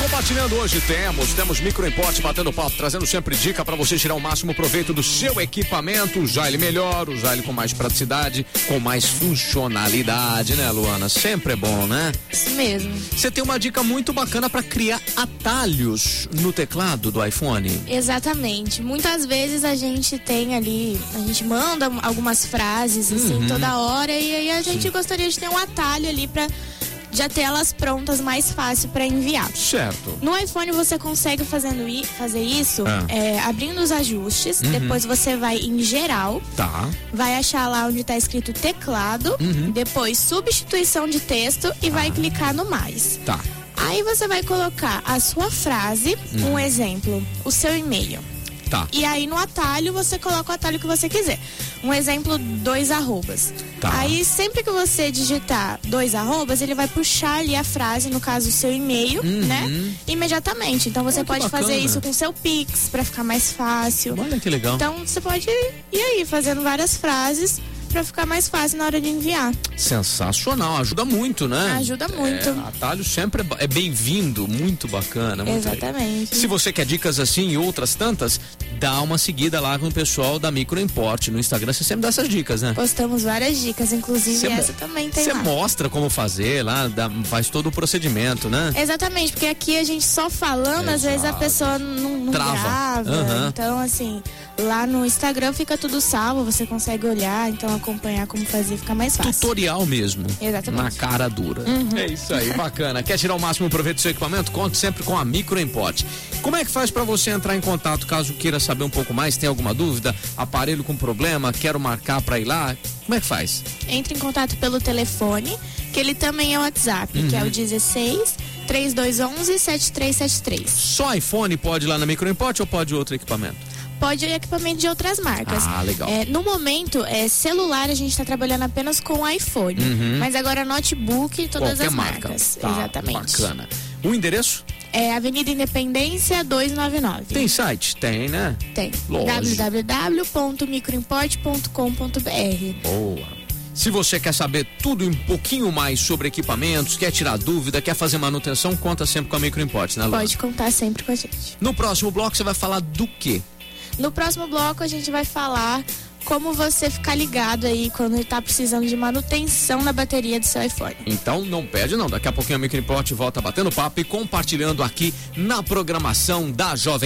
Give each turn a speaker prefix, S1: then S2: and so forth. S1: Compartilhando hoje temos, temos microimporte batendo papo, trazendo sempre dica para você tirar o máximo proveito do seu equipamento, usar ele melhor, usar ele com mais praticidade, com mais funcionalidade, né, Luana? Sempre é bom, né?
S2: Isso mesmo.
S1: Você tem uma dica muito bacana para criar atalhos no teclado do iPhone.
S2: Exatamente. Muitas vezes a gente tem ali, a gente manda algumas frases assim toda hora e aí a gente gostaria de ter um atalho ali para já ter elas prontas mais fácil para enviar.
S1: Certo.
S2: No iPhone você consegue fazendo i- fazer isso
S1: Ah.
S2: é, abrindo os ajustes, depois você vai em geral,
S1: Tá.
S2: vai achar lá onde está escrito teclado, depois substituição de texto e vai clicar no mais.
S1: Tá.
S2: Aí você vai colocar a sua frase,
S1: Hum.
S2: um exemplo, o seu e-mail.
S1: Tá.
S2: E aí no atalho você coloca o atalho que você quiser. Um exemplo, dois arrobas.
S1: Tá.
S2: Aí sempre que você digitar dois arrobas, ele vai puxar ali a frase, no caso o seu e-mail, né? Imediatamente. Então você
S1: Uhum. Olha que
S2: pode
S1: bacana.
S2: fazer isso com o seu Pix pra ficar mais fácil.
S1: Olha que legal.
S2: Então você pode ir aí fazendo várias frases pra ficar mais fácil na hora de enviar.
S1: Sensacional, ajuda muito, né?
S2: Ajuda muito.
S1: É, atalho sempre é ba- é bem-vindo, muito bacana. Muito
S2: Exatamente.
S1: Se você quer dicas assim e outras tantas, dá uma seguida lá com o pessoal da Microimporte no Instagram. Você sempre dá essas dicas, né?
S2: Postamos várias dicas, inclusive
S1: Você mo-
S2: essa também tem
S1: Você
S2: lá.
S1: mostra como fazer lá, dá- faz todo o procedimento, né?
S2: É Exatamente, porque aqui a gente só falando, às vezes a
S1: Exato.
S2: pessoa não, não
S1: Trava.
S2: grava.
S1: Aham.
S2: Então, assim, lá no Instagram fica tudo salvo, você consegue olhar, então acompanhar como fazer fica mais fácil.
S1: Tutorial mesmo.
S2: Exatamente. Uhum.
S1: Na cara dura. É isso aí, bacana. Quer tirar o máximo proveito do seu equipamento? Conte sempre com a Microimporte. Como é que faz para você entrar em contato caso queira saber um pouco mais? Tem alguma dúvida? Aparelho com problema? Quero marcar para ir lá? Como é que faz?
S2: Entre em contato pelo telefone, que ele também é WhatsApp, que é
S1: Uhum.
S2: o 16 3211 7373.
S1: Só iPhone pode ir lá na Microimporte ou pode outro equipamento?
S2: Pode ir equipamento de outras marcas.
S1: Ah, legal.
S2: É, no momento, é, celular a gente está trabalhando apenas com iPhone. Mas agora notebook e todas
S1: Uhum. Qualquer
S2: as
S1: marca.
S2: marcas.
S1: Tá,
S2: Exatamente.
S1: Bacana. O endereço?
S2: É Avenida Independência 299.
S1: Tem site? Tem, né?
S2: Tem.
S1: Lógico.
S2: www.microimport.com.br.
S1: Boa. Se você quer saber tudo e um pouquinho mais sobre equipamentos, quer tirar dúvida, quer fazer manutenção, conta sempre com a Microimport, né, Luana?
S2: Pode contar sempre com a gente.
S1: No próximo bloco você vai falar do quê?
S2: No próximo bloco a gente vai falar como você ficar ligado aí quando está precisando de manutenção na bateria do seu iPhone.
S1: Então não perde não, daqui a pouquinho a Microimport volta batendo papo e compartilhando aqui na programação da Jovem